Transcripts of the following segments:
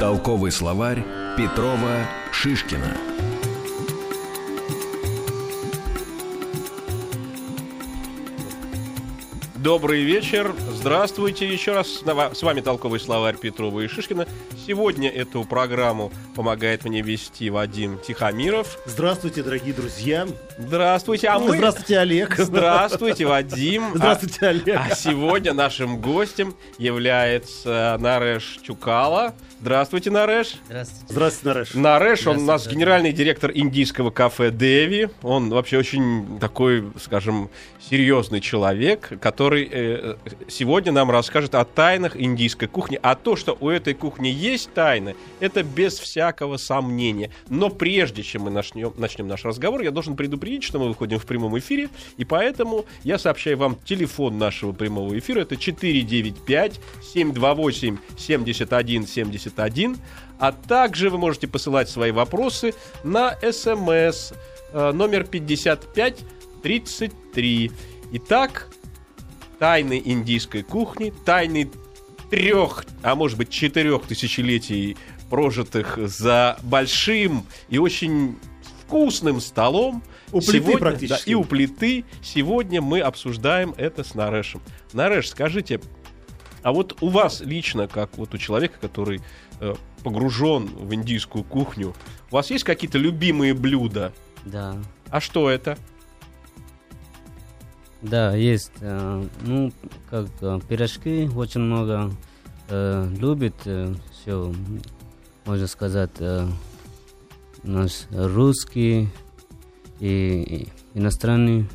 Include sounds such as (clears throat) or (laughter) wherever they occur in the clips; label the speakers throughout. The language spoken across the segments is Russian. Speaker 1: Толковый словарь Петрова Шишкина.
Speaker 2: Добрый вечер, здравствуйте еще раз. С вами толковый словарь Петрова и Шишкина. Сегодня эту программу помогает мне вести Вадим Тихомиров.
Speaker 3: Здравствуйте, дорогие друзья.
Speaker 2: Здравствуйте, а мы...
Speaker 3: Ну, Здравствуйте, Олег. (laughs)
Speaker 2: Здравствуйте, Вадим.
Speaker 3: Здравствуйте, Олег.
Speaker 2: А сегодня нашим гостем является Нареш Чукала. Здравствуйте, Нареш.
Speaker 4: Здравствуйте.
Speaker 3: Здравствуйте, Нареш.
Speaker 2: Нареш, он у нас генеральный директор индийского кафе Деви. Он вообще очень такой, скажем, серьезный человек, который э, сегодня нам расскажет о тайнах индийской кухни. А то, что у этой кухни есть тайны, это без всякого сомнения. Но прежде чем мы начнем, начнем наш разговор, я должен предупредить, что мы выходим в прямом эфире. И поэтому я сообщаю вам телефон нашего прямого эфира. Это 495 728 71 71 71. А также вы можете посылать свои вопросы на смс э, номер 5533. Итак, тайны индийской кухни, тайны трех, а может быть четырех тысячелетий прожитых за большим и очень вкусным столом.
Speaker 3: У плиты сегодня, практически.
Speaker 2: Да, и у плиты. Сегодня мы обсуждаем это с Нарешем. Нареш, скажите, а вот у вас лично, как вот у человека, который э, погружен в индийскую кухню, у вас есть какие-то любимые блюда?
Speaker 4: Да.
Speaker 2: А что это?
Speaker 4: Да, есть. Э, ну, как э, пирожки очень много э, любит. Э, все, можно сказать, э, наш русский и, и иностранный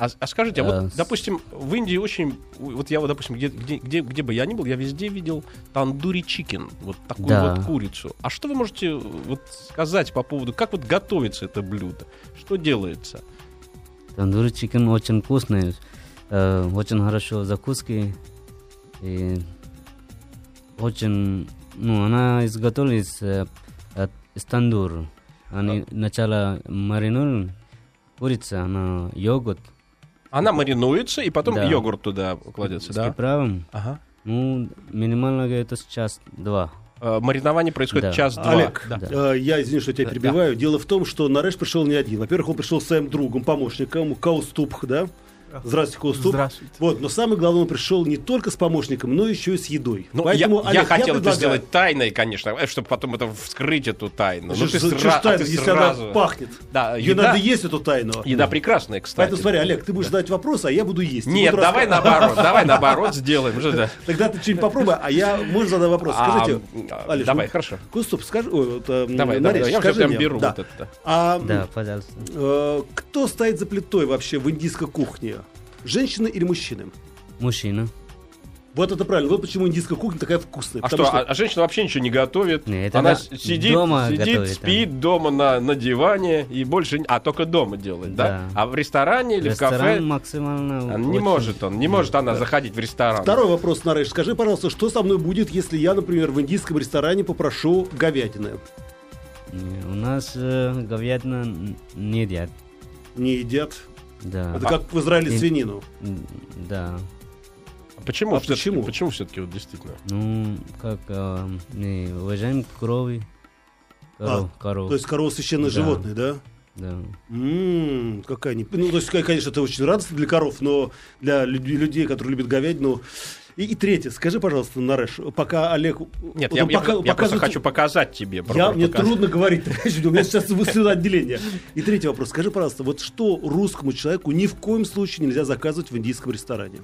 Speaker 2: а, а скажите, а
Speaker 4: Э,
Speaker 2: вот, допустим, в Индии очень... Вот я вот, допустим, где, где, где, где бы я ни был, я везде видел тандури чикен, вот такую
Speaker 4: Да.
Speaker 2: вот курицу. А что вы можете вот сказать по поводу, как вот готовится это блюдо? Что делается?
Speaker 4: Тандури чикен очень вкусный, э, очень хорошо закуски. И очень, ну, она изготовилась э, от- из тандура. Они начало маринуют, курица, она ну, йогурт.
Speaker 2: Она маринуется, и потом
Speaker 4: Э, Да.
Speaker 2: йогурт туда кладется,
Speaker 4: с
Speaker 2: да?
Speaker 4: приправом.
Speaker 2: Ага.
Speaker 4: Ну, минимально это сейчас два.
Speaker 2: Э, Маринование происходит
Speaker 4: Да.
Speaker 2: час-два.
Speaker 3: Олег,
Speaker 2: Да.
Speaker 4: Да.
Speaker 3: э, я извини, что я тебя перебиваю. Дело в том, что Нареш пришел не один. Во-первых, он пришел с своим другом, помощником, Кауступх, да? Здравствуйте, Кауступх.
Speaker 5: Здравствуйте.
Speaker 3: Вот, но самое главное, он пришел не только с помощником, но еще и с едой.
Speaker 2: Ну,
Speaker 3: Поэтому,
Speaker 2: я, я
Speaker 3: Олег,
Speaker 2: хотел это
Speaker 3: предлагаю-
Speaker 2: сделать тайной, конечно, чтобы потом это вскрыть эту тайну.
Speaker 3: Что
Speaker 2: Ну, ты
Speaker 3: ж за-
Speaker 2: сра-
Speaker 3: что ж
Speaker 2: а ты
Speaker 3: тайна, если
Speaker 2: сразу.
Speaker 3: она пахнет?
Speaker 2: Да,
Speaker 3: Ее
Speaker 2: еда-
Speaker 3: надо есть, эту тайну.
Speaker 2: Еда прекрасная, кстати.
Speaker 3: Поэтому смотри, Олег, ты будешь задать вопрос, а я буду есть. И
Speaker 2: Нет,
Speaker 3: буду
Speaker 2: давай
Speaker 3: рассказывать.
Speaker 2: наоборот, давай наоборот сделаем. Что это?
Speaker 3: Тогда ты что-нибудь попробуй, а я, можно задам вопрос?
Speaker 2: А,
Speaker 3: (laughs) Скажите,
Speaker 2: а,
Speaker 3: Олеж,
Speaker 2: давай,
Speaker 3: ну,
Speaker 2: хорошо.
Speaker 3: Куступ, скажи, ой, вот, эм,
Speaker 2: Давай, давай,
Speaker 3: Нареш,
Speaker 2: я уже
Speaker 3: скажи
Speaker 2: прям
Speaker 3: мне,
Speaker 2: беру
Speaker 3: да.
Speaker 2: вот это. да.
Speaker 3: А
Speaker 4: Да, пожалуйста.
Speaker 3: э, кто стоит за плитой вообще в индийской кухне? Женщины или мужчины?
Speaker 4: Мужчина.
Speaker 3: Вот это правильно. Вот почему индийская кухня такая вкусная.
Speaker 2: А что,
Speaker 3: потому
Speaker 2: а- а женщина вообще ничего не готовит?
Speaker 4: Не, это
Speaker 2: Она
Speaker 4: она
Speaker 2: с- сидит,
Speaker 4: дома
Speaker 2: сидит,
Speaker 4: готовит,
Speaker 2: спит дома на, на диване и больше... н- А, только дома делает, да?
Speaker 4: Да.
Speaker 2: А в ресторане или в
Speaker 4: Ресторан
Speaker 2: кафе?
Speaker 4: максимально...
Speaker 2: Он не
Speaker 4: очень-
Speaker 2: может он, не может она заходить в ресторан.
Speaker 3: Второй вопрос, Нареш. Скажи, пожалуйста, что со мной будет, если я, например, в индийском ресторане попрошу говядины?
Speaker 4: Не, У нас э, говядина н- не едят.
Speaker 3: Не едят.
Speaker 4: Да.
Speaker 3: Это как в Израиле
Speaker 4: Ин-
Speaker 3: свинину.
Speaker 4: М, Да.
Speaker 2: Почему?
Speaker 3: А
Speaker 2: всё-таки-
Speaker 3: почему?
Speaker 2: Почему все-таки вот действительно?
Speaker 4: Ну, как э, не уважаем крови. Коров, коров.
Speaker 3: А, То есть корова священное
Speaker 4: Да.
Speaker 3: животное, да?
Speaker 4: Да.
Speaker 3: Ммм, какая не... Ну, то есть, ка- конечно, это очень радостно для коров, но для люд- людей, которые любят говядину... И, и третье, скажи, пожалуйста, Нареш, пока Олег...
Speaker 2: Нет,
Speaker 3: вот
Speaker 2: я,
Speaker 3: он
Speaker 2: я-
Speaker 3: Ну, пока-
Speaker 2: я просто
Speaker 3: показывает-
Speaker 2: хочу показать тебе. про-
Speaker 3: Я,
Speaker 2: про-
Speaker 3: мне
Speaker 2: показать.
Speaker 3: трудно говорить, у меня сейчас слюна отделение. И третий вопрос. Скажи, пожалуйста, вот что русскому человеку ни в коем случае нельзя заказывать в индийском ресторане?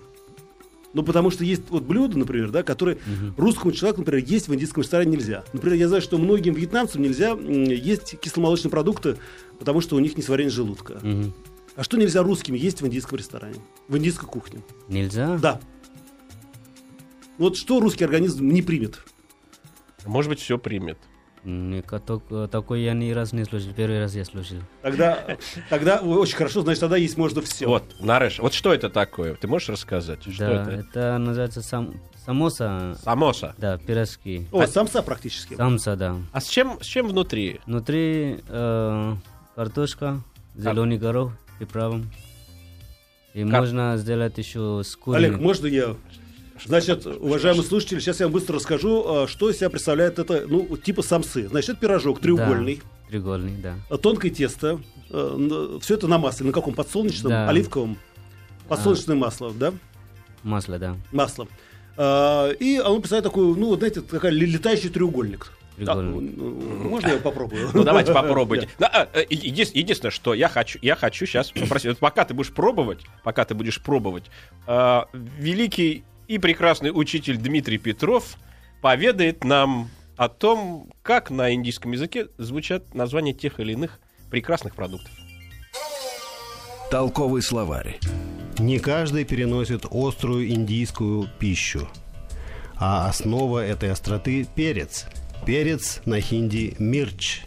Speaker 3: Ну, потому что есть вот блюда, например, да, которые русскому человеку, например, есть в индийском ресторане нельзя. Например, я знаю, что многим вьетнамцам нельзя м, есть кисломолочные продукты, потому что у них несварение желудка.
Speaker 4: Мгм.
Speaker 3: А что нельзя русским есть в индийском ресторане? В индийской кухне?
Speaker 4: Нельзя?
Speaker 3: Да. Вот что русский организм не примет?
Speaker 2: Может быть, все примет.
Speaker 4: М, ка- ток- э, Такой я ни раз не слышал. Первый раз я слышал.
Speaker 3: Тогда, тогда ой, очень хорошо, значит, тогда есть можно все.
Speaker 2: Вот, Нареш, вот что это такое? Ты можешь рассказать? Что
Speaker 4: да,
Speaker 2: это?
Speaker 4: называется сам, самоса.
Speaker 2: Самоса.
Speaker 4: Да, пирожки.
Speaker 3: О, самса практически.
Speaker 4: Самса, да.
Speaker 2: А с чем, с чем
Speaker 3: (laughs)
Speaker 2: внутри?
Speaker 4: Внутри э, картошка, зеленый горох, приправом. И
Speaker 2: Кар-
Speaker 4: можно сделать еще с куриной.
Speaker 3: Олег, можно я? Значит, уважаемые слушатели, сейчас я вам быстро расскажу, э, что из себя представляет это, ну, типа самсы. Значит, это пирожок треугольный,
Speaker 4: Да, треугольный, да.
Speaker 3: э, тонкое тесто. Все это на масле. На каком? Подсолнечном?
Speaker 4: Да. А.
Speaker 3: Оливковом? Подсолнечное масло, да?
Speaker 4: Масло, да.
Speaker 3: Масло. А, И оно представляет такой, ну, вот знаете, такая ли- летающий треугольник. Так,
Speaker 4: Треугольник.
Speaker 3: ну, можно я попробую?
Speaker 2: Ну давайте
Speaker 3: (laughs)
Speaker 2: попробуйте. Да, а, э, еди- Единственное, что я хочу, я хочу сейчас попросить, вот пока ты будешь пробовать, пока ты будешь пробовать, э, великий и прекрасный учитель Дмитрий Петров поведает нам о том, как на индийском языке звучат названия тех или иных прекрасных продуктов.
Speaker 1: Толковый словарь.
Speaker 5: Не каждый переносит острую индийскую пищу. А основа этой остроты – перец. Перец на хинди – мирч.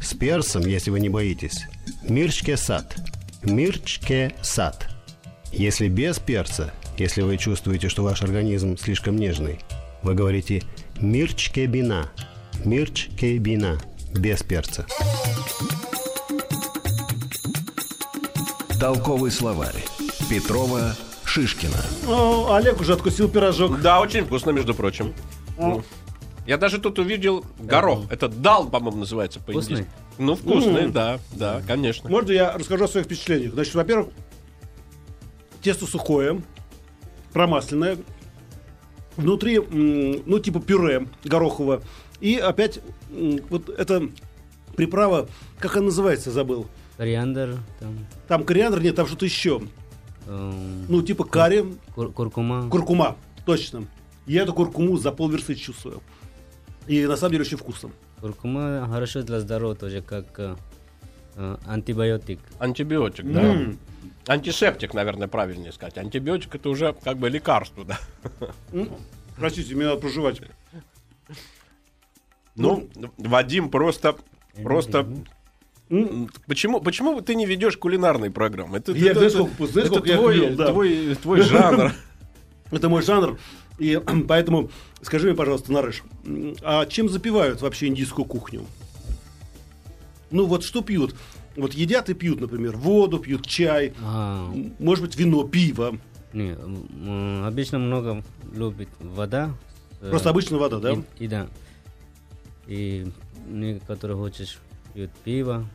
Speaker 5: С перцем, если вы не боитесь, мирч ке сад. Мирч ке сад. Если без перца, если вы чувствуете, что ваш организм слишком нежный, вы говорите мирч ке бина. Мирч ке бина. Без перца.
Speaker 1: Толковый словарь. Петрова Шишкина.
Speaker 3: О, Ну, Олег уже откусил пирожок.
Speaker 2: Да, очень вкусно, между прочим. Ну, Я даже тут увидел горох. Это дал, по-моему, называется по-индийски.
Speaker 4: Вкусный?
Speaker 2: Ну, вкусный,
Speaker 3: М. Ну.
Speaker 2: да, да, конечно.
Speaker 3: Можно я расскажу о своих впечатлениях? Значит, во-первых, тесто сухое, промасленное. Внутри, м, ну, типа пюре гороховое. И опять м, вот эта приправа, как она называется, забыл.
Speaker 4: Кориандр, там,
Speaker 3: Там кориандр, нет, там что-то еще.
Speaker 4: эм,
Speaker 3: Ну, типа карри,
Speaker 4: кур- куркума.
Speaker 3: куркума, точно. Я эту куркуму за полверсты чувствую. И на самом деле очень вкусно.
Speaker 4: Куркума хорошо для здоровья тоже, как э, э, антибиотик.
Speaker 2: Антибиотик, да.
Speaker 3: М.
Speaker 2: Антисептик, наверное, правильнее сказать. Антибиотик это уже как бы лекарство, да.
Speaker 3: М. Простите, мне надо проживать.
Speaker 2: Ну, Вадим просто, просто.
Speaker 3: М.
Speaker 2: Почему, почему ты не ведешь кулинарные программы? Это,
Speaker 3: Ну. Я
Speaker 2: это-
Speaker 3: знаешь, сколько- знаешь,
Speaker 2: это
Speaker 3: сколько я
Speaker 2: твой,
Speaker 3: вел, да.
Speaker 2: твой,
Speaker 3: (laughs)
Speaker 2: твой жанр.
Speaker 3: Ну, Это мой жанр. И (clears throat) поэтому скажи мне, пожалуйста, Нарыш, м, а чем запивают вообще индийскую кухню? Ну вот что пьют? Вот едят и пьют, например, воду, пьют чай,
Speaker 4: А,
Speaker 3: м, может быть, вино, пиво.
Speaker 4: не, м, обычно много любит вода. э,
Speaker 3: Просто обычная вода, да?
Speaker 4: И, и да. И некоторые хочешь пьют пиво.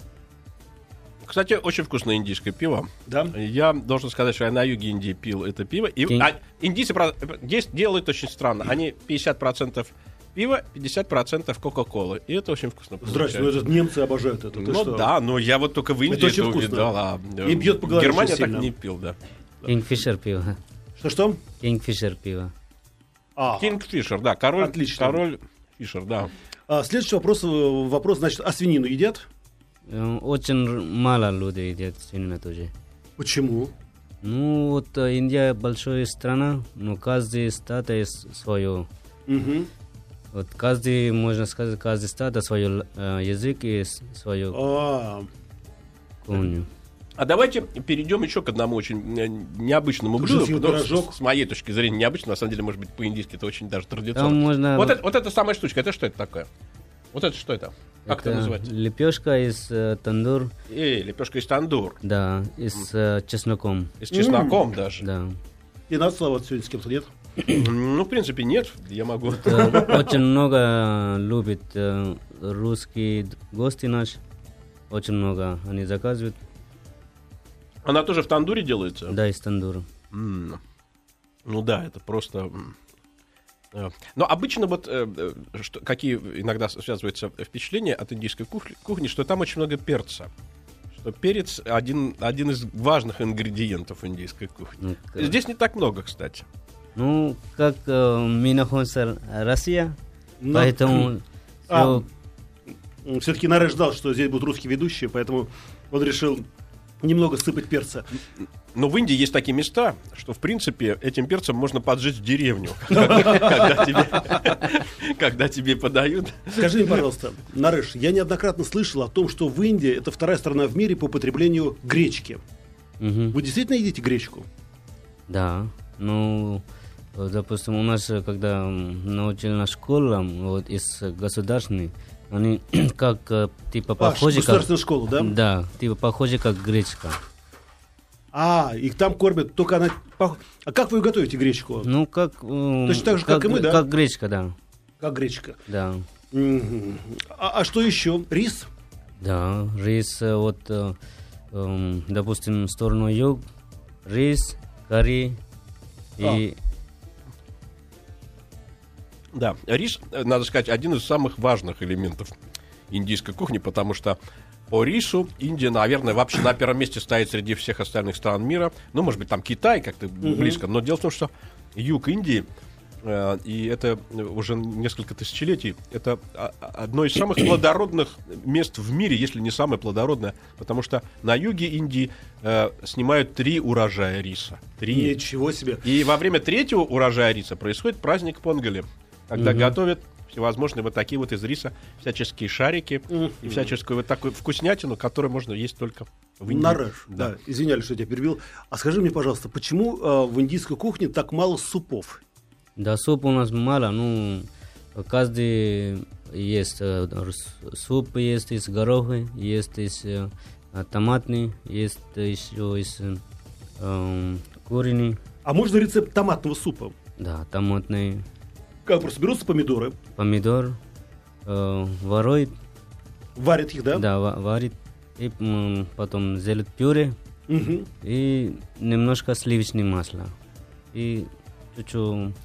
Speaker 2: Кстати, очень вкусное индийское пиво.
Speaker 3: Да.
Speaker 2: Я должен сказать, что я на юге Индии пил это пиво. И,
Speaker 4: Кин-
Speaker 2: а, индийцы правда, здесь делают очень странно. Они 50% пива, 50% кока-колы. И это очень вкусно
Speaker 3: Здрасте, ну
Speaker 2: получается.
Speaker 3: это немцы обожают это. Ты
Speaker 2: Ну
Speaker 3: что?
Speaker 2: да, но я вот только в Индии
Speaker 3: очень
Speaker 2: это
Speaker 3: вкусно.
Speaker 2: увидал. а, э,
Speaker 3: И бьет по голове
Speaker 2: Германия
Speaker 3: очень
Speaker 2: так
Speaker 3: сильно.
Speaker 2: не пил, да.
Speaker 4: Кингфишер пиво.
Speaker 3: Что-что?
Speaker 4: Кингфишер пиво.
Speaker 3: А,
Speaker 2: Кинг Фишер, да, король.
Speaker 3: Отлично.
Speaker 2: Король Фишер, да.
Speaker 3: а, следующий вопрос, э, вопрос, значит, а свинину едят?
Speaker 4: Э, Очень р- мало людей едят свинину тоже.
Speaker 3: Почему?
Speaker 4: Ну вот э, Индия большая страна, но каждый стат есть свое.
Speaker 3: Мгм.
Speaker 4: Вот каждый, можно сказать, каждый стат свой э, язык и с- свою
Speaker 3: А,
Speaker 4: кухню.
Speaker 2: А давайте перейдем еще к одному очень э, необычному
Speaker 3: Ты
Speaker 2: блюду.
Speaker 3: же съел
Speaker 2: потому
Speaker 3: пирожок.
Speaker 2: что, С моей точки зрения, необычно. На самом деле, может быть, по-индийски это очень даже
Speaker 4: Там
Speaker 2: традиционно.
Speaker 4: можно...
Speaker 2: Вот, это, вот эта самая штучка, это что это такое? Вот это что это? Как это, называется?
Speaker 4: Лепешка из э, тандур,
Speaker 2: Эй, лепешка из тандур.
Speaker 4: да, и с э, чесноком,
Speaker 2: И с чесноком даже.
Speaker 4: да.
Speaker 3: и надо целоваться сегодня с кем-то, нет?
Speaker 2: Ну, в принципе, нет. Я могу.
Speaker 4: Э, Очень много любит э, русские д- гости наши, очень много они заказывают,
Speaker 2: Она тоже в тандуре делается?
Speaker 4: да, из тандура.
Speaker 2: М. Ну да, это просто... м. Э, Но обычно вот э, э, что- какие иногда с- связываются впечатления от индийской кухни, кухни, что там очень много перца. Что перец один, один из важных ингредиентов индийской кухни.
Speaker 4: Ну, к-
Speaker 2: Здесь не так много, кстати.
Speaker 4: Ну, как э, мы находимся Россия,
Speaker 3: Но-
Speaker 4: поэтому
Speaker 3: А.
Speaker 4: всё-
Speaker 3: Все-таки Нареш ждал, что здесь будут русские ведущие, поэтому он решил немного сыпать перца.
Speaker 2: Но в Индии есть такие места, что, в принципе, этим перцем можно поджечь деревню, (laughs) когда тебе- (laughs) когда тебе подают.
Speaker 3: Скажи мне, пожалуйста, Нареш, я неоднократно слышал о том, что в Индии это вторая страна в мире по потреблению гречки. А.
Speaker 4: Мгм.
Speaker 3: Вы действительно едите гречку?
Speaker 4: Да. Ну, э, допустим, у нас, э, когда м, научилась школа, м, вот из э, государственной, они (clears throat) как э, типа
Speaker 3: А, ш-
Speaker 4: похожи как...
Speaker 3: государственную школу, да?
Speaker 4: Да, типа похожи как гречка.
Speaker 3: А, их там кормят, только она... пох- А как вы ее готовите, гречку?
Speaker 4: Ну, как... э,
Speaker 3: Точно так же, как и мы, да?
Speaker 4: Как гречка, да.
Speaker 3: Как гречка.
Speaker 4: Да.
Speaker 3: Мгм. А, а что еще? Рис?
Speaker 4: Да, рис э, вот, э, эм, допустим, в сторону юг, рис, карри
Speaker 3: А.
Speaker 4: и
Speaker 2: Да, рис, э, надо сказать, один из самых важных элементов индийской кухни, потому что по рису Индия, наверное, вообще на первом месте стоит среди всех остальных стран мира. Ну, может быть, там Китай как-то близко. Но дело в том, что юг Индии, э, и это уже несколько тысячелетий, это а, а, одно из самых плодородных мест в мире, если не самое плодородное, потому что на юге Индии э, снимают три урожая риса. Три.
Speaker 3: Ничего себе.
Speaker 2: И во время третьего урожая риса происходит праздник Понгали, когда готовят всевозможные вот такие вот из риса всяческие шарики и всяческую вот такую вкуснятину, которую можно есть только в Индии.
Speaker 3: Нареш, да. Извиняюсь, что я тебя перебил. А скажи мне, пожалуйста, почему э, в индийской кухне так мало супов?
Speaker 4: да, суп у нас мало, ну, каждый есть, э, с- суп есть из гороха, есть из э, э, томатный, есть еще из э, эм, куриный,
Speaker 3: А можно рецепт томатного супа?
Speaker 4: да, томатный,
Speaker 3: Как просто берутся помидоры,
Speaker 4: помидор, э, варует,
Speaker 3: варят их, да?
Speaker 4: да, ва- варит, и м, потом делает пюре,
Speaker 3: Мгм.
Speaker 4: и немножко сливочное масло и чуть-чуть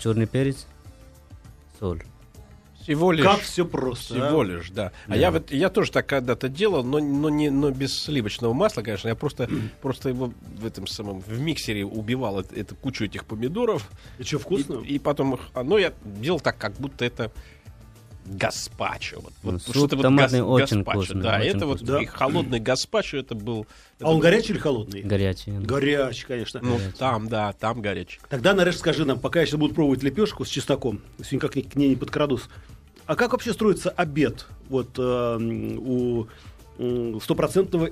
Speaker 4: черный перец, соль.
Speaker 2: Всего лишь.
Speaker 3: Как все просто. а?
Speaker 2: Всего лишь, да. А я вот я тоже так когда-то делал, но, но не но без сливочного масла, конечно. Я (clears throat) просто просто его в этом самом в миксере убивал это, это кучу этих помидоров.
Speaker 3: И что, вкусно?
Speaker 2: И, и потом их, а, ну я делал так, как будто это гаспачо. Вот,
Speaker 4: Ну,
Speaker 2: вот
Speaker 4: суп
Speaker 2: что-то вот
Speaker 4: томатный
Speaker 2: гас-
Speaker 4: очень
Speaker 2: гаспачо,
Speaker 4: вкусный,
Speaker 2: Да,
Speaker 4: очень
Speaker 2: это вот
Speaker 3: вкусный.
Speaker 2: и холодный гаспачо, это был. это
Speaker 3: А он
Speaker 2: был-
Speaker 3: горячий или холодный?
Speaker 4: Горячее.
Speaker 3: Горячий, конечно.
Speaker 2: Ну там, да, там горячий.
Speaker 3: Тогда, Нареш, скажи нам, пока я сейчас буду пробовать лепешку с чесноком, если никак ни- к ней не подкрадусь, а как вообще строится обед вот э, м, у м, стопроцентного...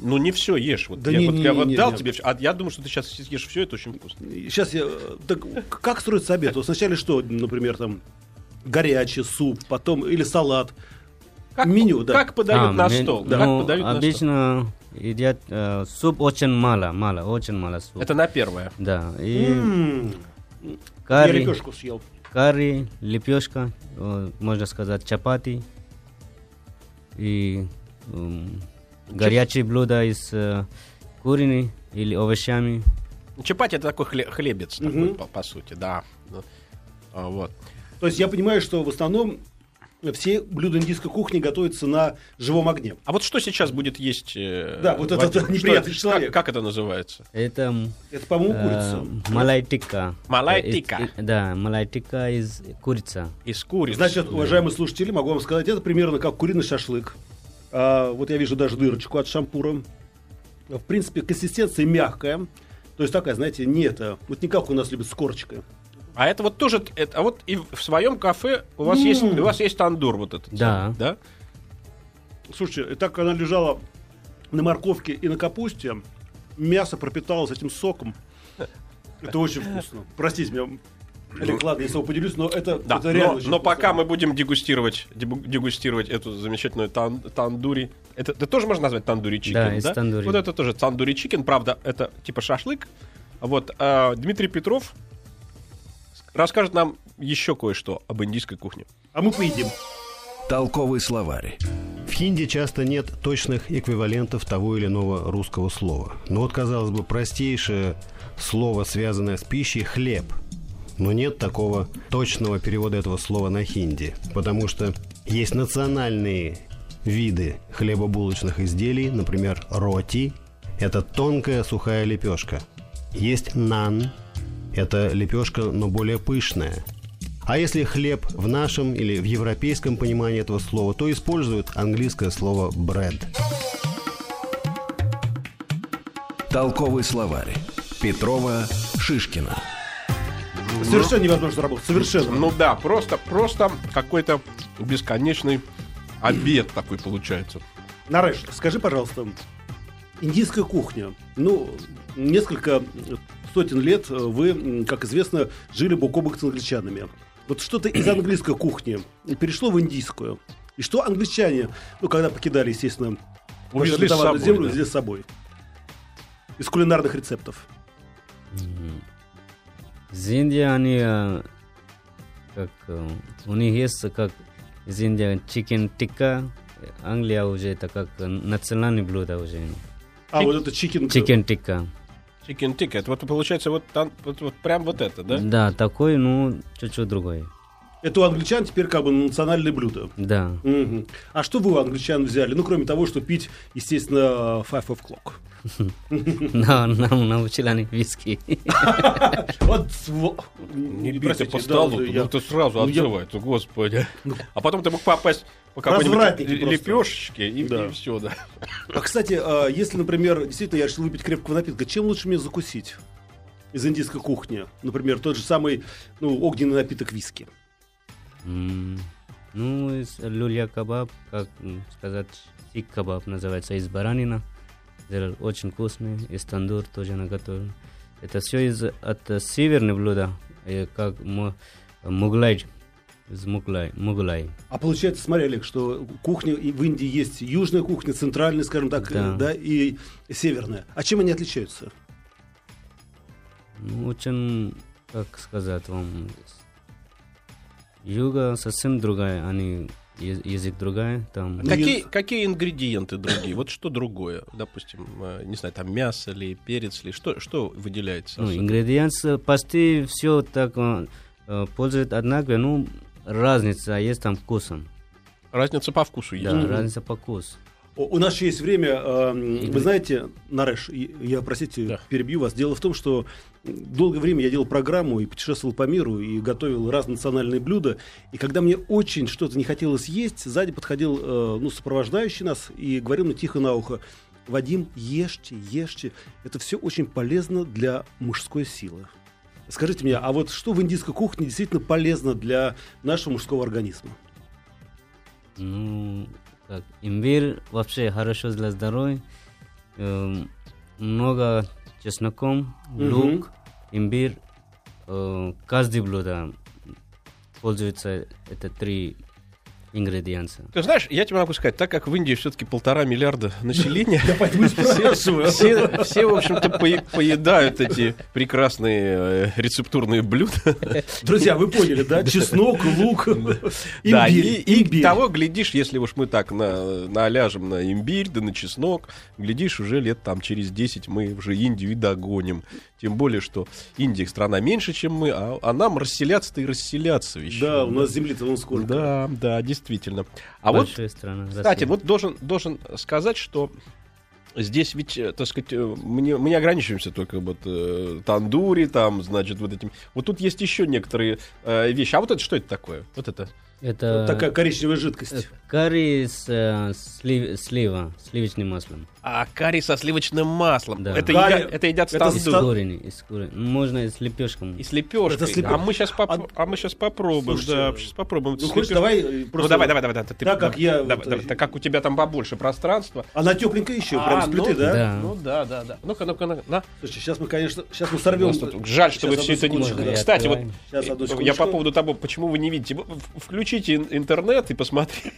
Speaker 2: Ну не все ешь. Вот
Speaker 3: Да
Speaker 2: я
Speaker 3: не-
Speaker 2: вот,
Speaker 3: не-
Speaker 2: я
Speaker 3: не-
Speaker 2: вот
Speaker 3: не-
Speaker 2: дал
Speaker 3: не.
Speaker 2: тебе всё. А я думаю, что ты сейчас съешь все, это очень вкусно.
Speaker 3: Сейчас я... э, Так к- как строится обед? Вот сначала что, например, там, горячий суп, потом или салат?
Speaker 2: Как,
Speaker 3: Меню, да.
Speaker 2: Как подают
Speaker 4: А,
Speaker 2: на
Speaker 4: мен-
Speaker 2: стол?
Speaker 4: да.
Speaker 2: Как
Speaker 4: Ну,
Speaker 2: подают на стол?
Speaker 4: обычно едят э, суп очень мало, мало, очень мало суп.
Speaker 2: Это на первое.
Speaker 4: Да, и
Speaker 3: М, Я
Speaker 4: карри,
Speaker 3: лепешку съел.
Speaker 4: карри, лепешка, э, можно сказать, чапати и м, горячие блюда из э, куриной или овощами.
Speaker 2: Чапати это такой хле- хлебец, такой, по, по сути, да. Ну, а, Вот.
Speaker 3: То есть я понимаю, что в основном все блюда индийской кухни готовятся на живом огне.
Speaker 2: А вот что сейчас будет есть? э,
Speaker 3: Да, вот этот
Speaker 2: Вадим? Что
Speaker 3: (laughs) неприятный
Speaker 2: это-
Speaker 3: человек.
Speaker 2: Как, как это называется?
Speaker 4: Это м,
Speaker 3: Это, по-моему,
Speaker 4: Э,
Speaker 3: курица.
Speaker 4: Малай тикка.
Speaker 2: Малай
Speaker 4: Э, из-
Speaker 2: тикка.
Speaker 4: э, Да, малай тикка из курица.
Speaker 2: Из курицы.
Speaker 3: Значит, уважаемые слушатели, могу вам сказать, это примерно как куриный шашлык. А, вот я вижу даже дырочку от шампура. В принципе, консистенция мягкая. То есть такая, знаете, не это. Вот не как у нас любят с корочкой.
Speaker 2: А это вот тоже, это, а вот и в своем кафе у вас есть, у вас есть тандур вот этот.
Speaker 4: Да.
Speaker 2: самый, да?
Speaker 3: Слушайте, и так она лежала на морковке и на капусте. Мясо пропиталось этим соком. Это очень вкусно. Простите меня, Олег, ладно, если я поделюсь, но это,
Speaker 2: Да,
Speaker 3: это реально
Speaker 2: но,
Speaker 3: очень
Speaker 2: но
Speaker 3: вкусно.
Speaker 2: пока мы будем дегустировать, дегу- дегустировать эту замечательную тан- тандури, это, это тоже можно назвать тандури чикен,
Speaker 4: Да, из тандури.
Speaker 2: Вот это тоже тандури чикен, правда, это типа шашлык. Вот а, Дмитрий Петров расскажет нам еще кое-что об индийской кухне.
Speaker 3: А мы поедим.
Speaker 1: Толковый словарь.
Speaker 5: В хинди часто нет точных эквивалентов того или иного русского слова. Но вот, казалось бы, простейшее слово, связанное с пищей – хлеб. Но нет такого точного перевода этого слова на хинди, потому что есть национальные виды хлебобулочных изделий, например, роти – это тонкая сухая лепешка. Есть нан – это лепешка, но более пышная – а если хлеб в нашем или в европейском понимании этого слова, то используют английское слово bread.
Speaker 1: Толковый словарь. Петрова Шишкина.
Speaker 3: Совершенно невозможно работать. Совершенно.
Speaker 2: Ну да, просто, просто какой-то бесконечный обед такой получается.
Speaker 3: Нареш, скажи, пожалуйста, индийская кухня. Ну, несколько сотен лет э, вы, м, как известно, жили бок о бок с англичанами. Вот
Speaker 2: (clears throat)
Speaker 3: что-то из английской кухни перешло в индийскую. И что англичане, ну, когда покидали, естественно,
Speaker 2: Увезли с
Speaker 3: обетованную
Speaker 2: собой,
Speaker 3: землю,
Speaker 2: да.
Speaker 3: увезли с собой. из кулинарных рецептов?
Speaker 4: Мгм. Из Индии они, э, как, э, у них есть, как из Индии, чикен тикка, Англия уже, это как э, национальное блюдо уже.
Speaker 3: А вот это чикен...
Speaker 4: Чикен тикка.
Speaker 2: Чикен тикет. Вот получается вот, там, вот, вот прям вот это, да?
Speaker 4: Да, такой, ну, чуть-чуть другой.
Speaker 3: Это у англичан теперь как бы национальное блюдо.
Speaker 4: Да.
Speaker 3: Мгм. А что вы у англичан взяли? Ну, кроме того, что пить, естественно, Five O'Clock.
Speaker 4: Да, нам научили они виски.
Speaker 3: Вот, во-
Speaker 2: Не
Speaker 3: не
Speaker 2: бейте
Speaker 3: простите,
Speaker 2: по
Speaker 3: да,
Speaker 2: столу,
Speaker 3: вот
Speaker 2: ну
Speaker 3: я-
Speaker 2: ты сразу
Speaker 3: ну, я- Ну,
Speaker 2: отзывает, господи. А потом ты мог попасть по какой-нибудь
Speaker 3: Развратники
Speaker 2: л-
Speaker 3: просто.
Speaker 2: лепешечке и,
Speaker 3: Да.
Speaker 2: все, да.
Speaker 3: А, кстати, а, если, например, действительно я решил выпить крепкого напитка, чем лучше мне закусить из индийской кухни? Например, тот же самый, ну, огненный напиток виски.
Speaker 4: М, Ну, из люля кебаб, как м, сказать, сик кебаб называется, из баранина. Это Очень вкусный, из тандур тоже наготовлен. Это все из от э, северного блюда, э, как му- муглай, из муглай, муглай.
Speaker 3: А получается, смотри, Олег, что кухня и в Индии есть южная кухня, центральная, скажем так, э, да,
Speaker 4: Да.
Speaker 3: и северная. А чем они отличаются?
Speaker 4: Ну, очень, как сказать вам, юга совсем другая, они я- язык другая, там.
Speaker 3: Ну,
Speaker 2: Какие,
Speaker 3: я-
Speaker 2: какие ингредиенты другие? Вот что другое? Допустим, э, не знаю, там мясо ли, перец ли, что, что выделяется?
Speaker 4: Ну,
Speaker 2: особенно?
Speaker 4: ингредиенты почти все так э, э, пользуют, однако, ну, разница а есть там вкусом.
Speaker 2: Разница по вкусу есть.
Speaker 4: Да,
Speaker 3: Мгм.
Speaker 4: разница по вкусу.
Speaker 3: О, У нас еще есть время. эм, Вы знаете, Нареш, и- я, простите,
Speaker 2: Да.
Speaker 3: перебью вас. Дело в том, что долгое время я делал программу и путешествовал по миру, и готовил разнонациональные блюда. И когда мне очень что-то не хотелось есть, сзади подходил э, ну, сопровождающий нас и говорил мне тихо на ухо, Вадим, ешьте, ешьте. Это все очень полезно для мужской силы. Скажите мне, а вот что в индийской кухне действительно полезно для нашего мужского организма?
Speaker 4: Ну, как, имбирь вообще хорошо для здоровья. Эм, много чесноком,
Speaker 3: Мгм.
Speaker 4: лук, имбирь. Э, каждое блюдо пользуется это три ингредиента.
Speaker 2: Ты знаешь, я тебе могу сказать, так как в Индии все-таки полтора миллиарда (laughs) населения, все, все- все, в общем-то, пое- поедают эти прекрасные э, рецептурные блюда.
Speaker 3: Друзья, вы поняли, да? Чеснок, лук,
Speaker 2: Да, и,
Speaker 3: имбирь.
Speaker 2: и
Speaker 3: имбирь.
Speaker 2: того, глядишь, если уж мы так на, наляжем на имбирь, да на чеснок, глядишь, уже лет там через 10 мы уже Индию и догоним. Тем более, что Индия страна меньше, чем мы, а, а нам расселяться-то и расселяться еще.
Speaker 3: Да, у нас земли-то вон сколько.
Speaker 2: Да, да, действительно. А вот
Speaker 4: Большая страна.
Speaker 2: Кстати,
Speaker 4: Россия.
Speaker 2: вот должен, должен сказать, что здесь ведь, э, так сказать, э, мы не, мы не ограничиваемся только вот э, тандури, там, значит, вот этим. Вот тут есть еще некоторые э, вещи. А вот это что это такое? Вот это.
Speaker 4: это
Speaker 3: Вот Такая коричневая
Speaker 4: э,
Speaker 3: жидкость. Ну,
Speaker 4: карри с э, слив- слива, сливочным маслом.
Speaker 2: А карри со сливочным маслом.
Speaker 4: Да.
Speaker 2: Это,
Speaker 3: Карри-
Speaker 2: едят, это едят с
Speaker 3: это с
Speaker 4: Из
Speaker 3: Что?
Speaker 2: тандури.
Speaker 4: курины, из курины. Можно и с лепешком.
Speaker 2: И с лепешкой.
Speaker 3: Это с
Speaker 2: А мы сейчас поп-
Speaker 3: А-
Speaker 2: а... мы сейчас попробуем.
Speaker 3: Слушайте,
Speaker 2: да, сейчас попробуем.
Speaker 3: Ну,
Speaker 2: С
Speaker 3: хочешь,
Speaker 2: лепешкой.
Speaker 3: давай э,
Speaker 2: Ну,
Speaker 3: просто...
Speaker 2: давай, давай, давай. да, ты-
Speaker 3: Так как я
Speaker 2: давай,
Speaker 3: вот,
Speaker 2: давай,
Speaker 3: э,
Speaker 2: так как у тебя там побольше пространства.
Speaker 3: Она тепленькая еще, прям с
Speaker 2: А,
Speaker 3: плиты,
Speaker 2: ну,
Speaker 3: да?
Speaker 4: да.
Speaker 2: Ну да, да, да. Ну-ка, ну-ка, ну-ка, на.
Speaker 3: Слушай, сейчас мы, конечно, сейчас мы
Speaker 2: У
Speaker 3: сорвем...
Speaker 2: нас тут- Жаль, что вы
Speaker 3: Сейчас,
Speaker 2: все это не
Speaker 3: одну секундочку,
Speaker 2: можете.
Speaker 3: да.
Speaker 2: Кстати, вот
Speaker 3: Сейчас, одну
Speaker 2: я
Speaker 3: секундочку.
Speaker 2: по поводу того, почему вы не видите. Вы в- Включите ин- интернет и посмотрите.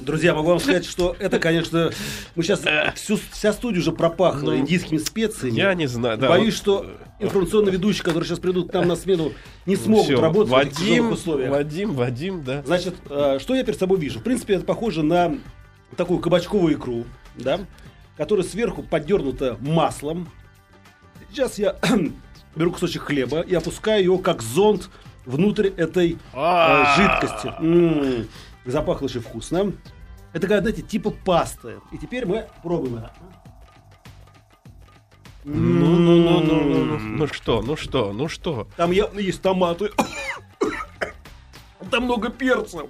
Speaker 3: Друзья, могу вам сказать, что это, конечно, мы сейчас всю вся студия уже пропахла
Speaker 2: Ну,
Speaker 3: индийскими специями.
Speaker 2: Я не знаю. да,
Speaker 3: Боюсь,
Speaker 2: вот,
Speaker 3: что информационные ведущие, которые сейчас придут к нам на смену, не
Speaker 2: э,
Speaker 3: смогут
Speaker 2: всё.
Speaker 3: работать в этих тяжелых
Speaker 2: Вадим,
Speaker 3: условиях.
Speaker 2: Вадим, Вадим, да.
Speaker 3: Значит, э, что я перед собой вижу? В принципе, это похоже на такую кабачковую икру, да, которая сверху поддернута маслом. Сейчас я (clears throat) беру кусочек хлеба и опускаю его как зонт внутрь этой э,
Speaker 2: А.
Speaker 3: жидкости. М, Запахло очень вкусно. Это, как, знаете, типа пасты. И теперь мы пробуем это.
Speaker 2: Ну, ну, ну, ну, ну, ну. Ну что, ну что, ну что?
Speaker 3: М-м-м. Там явно есть томаты. (coughs) Там много перца.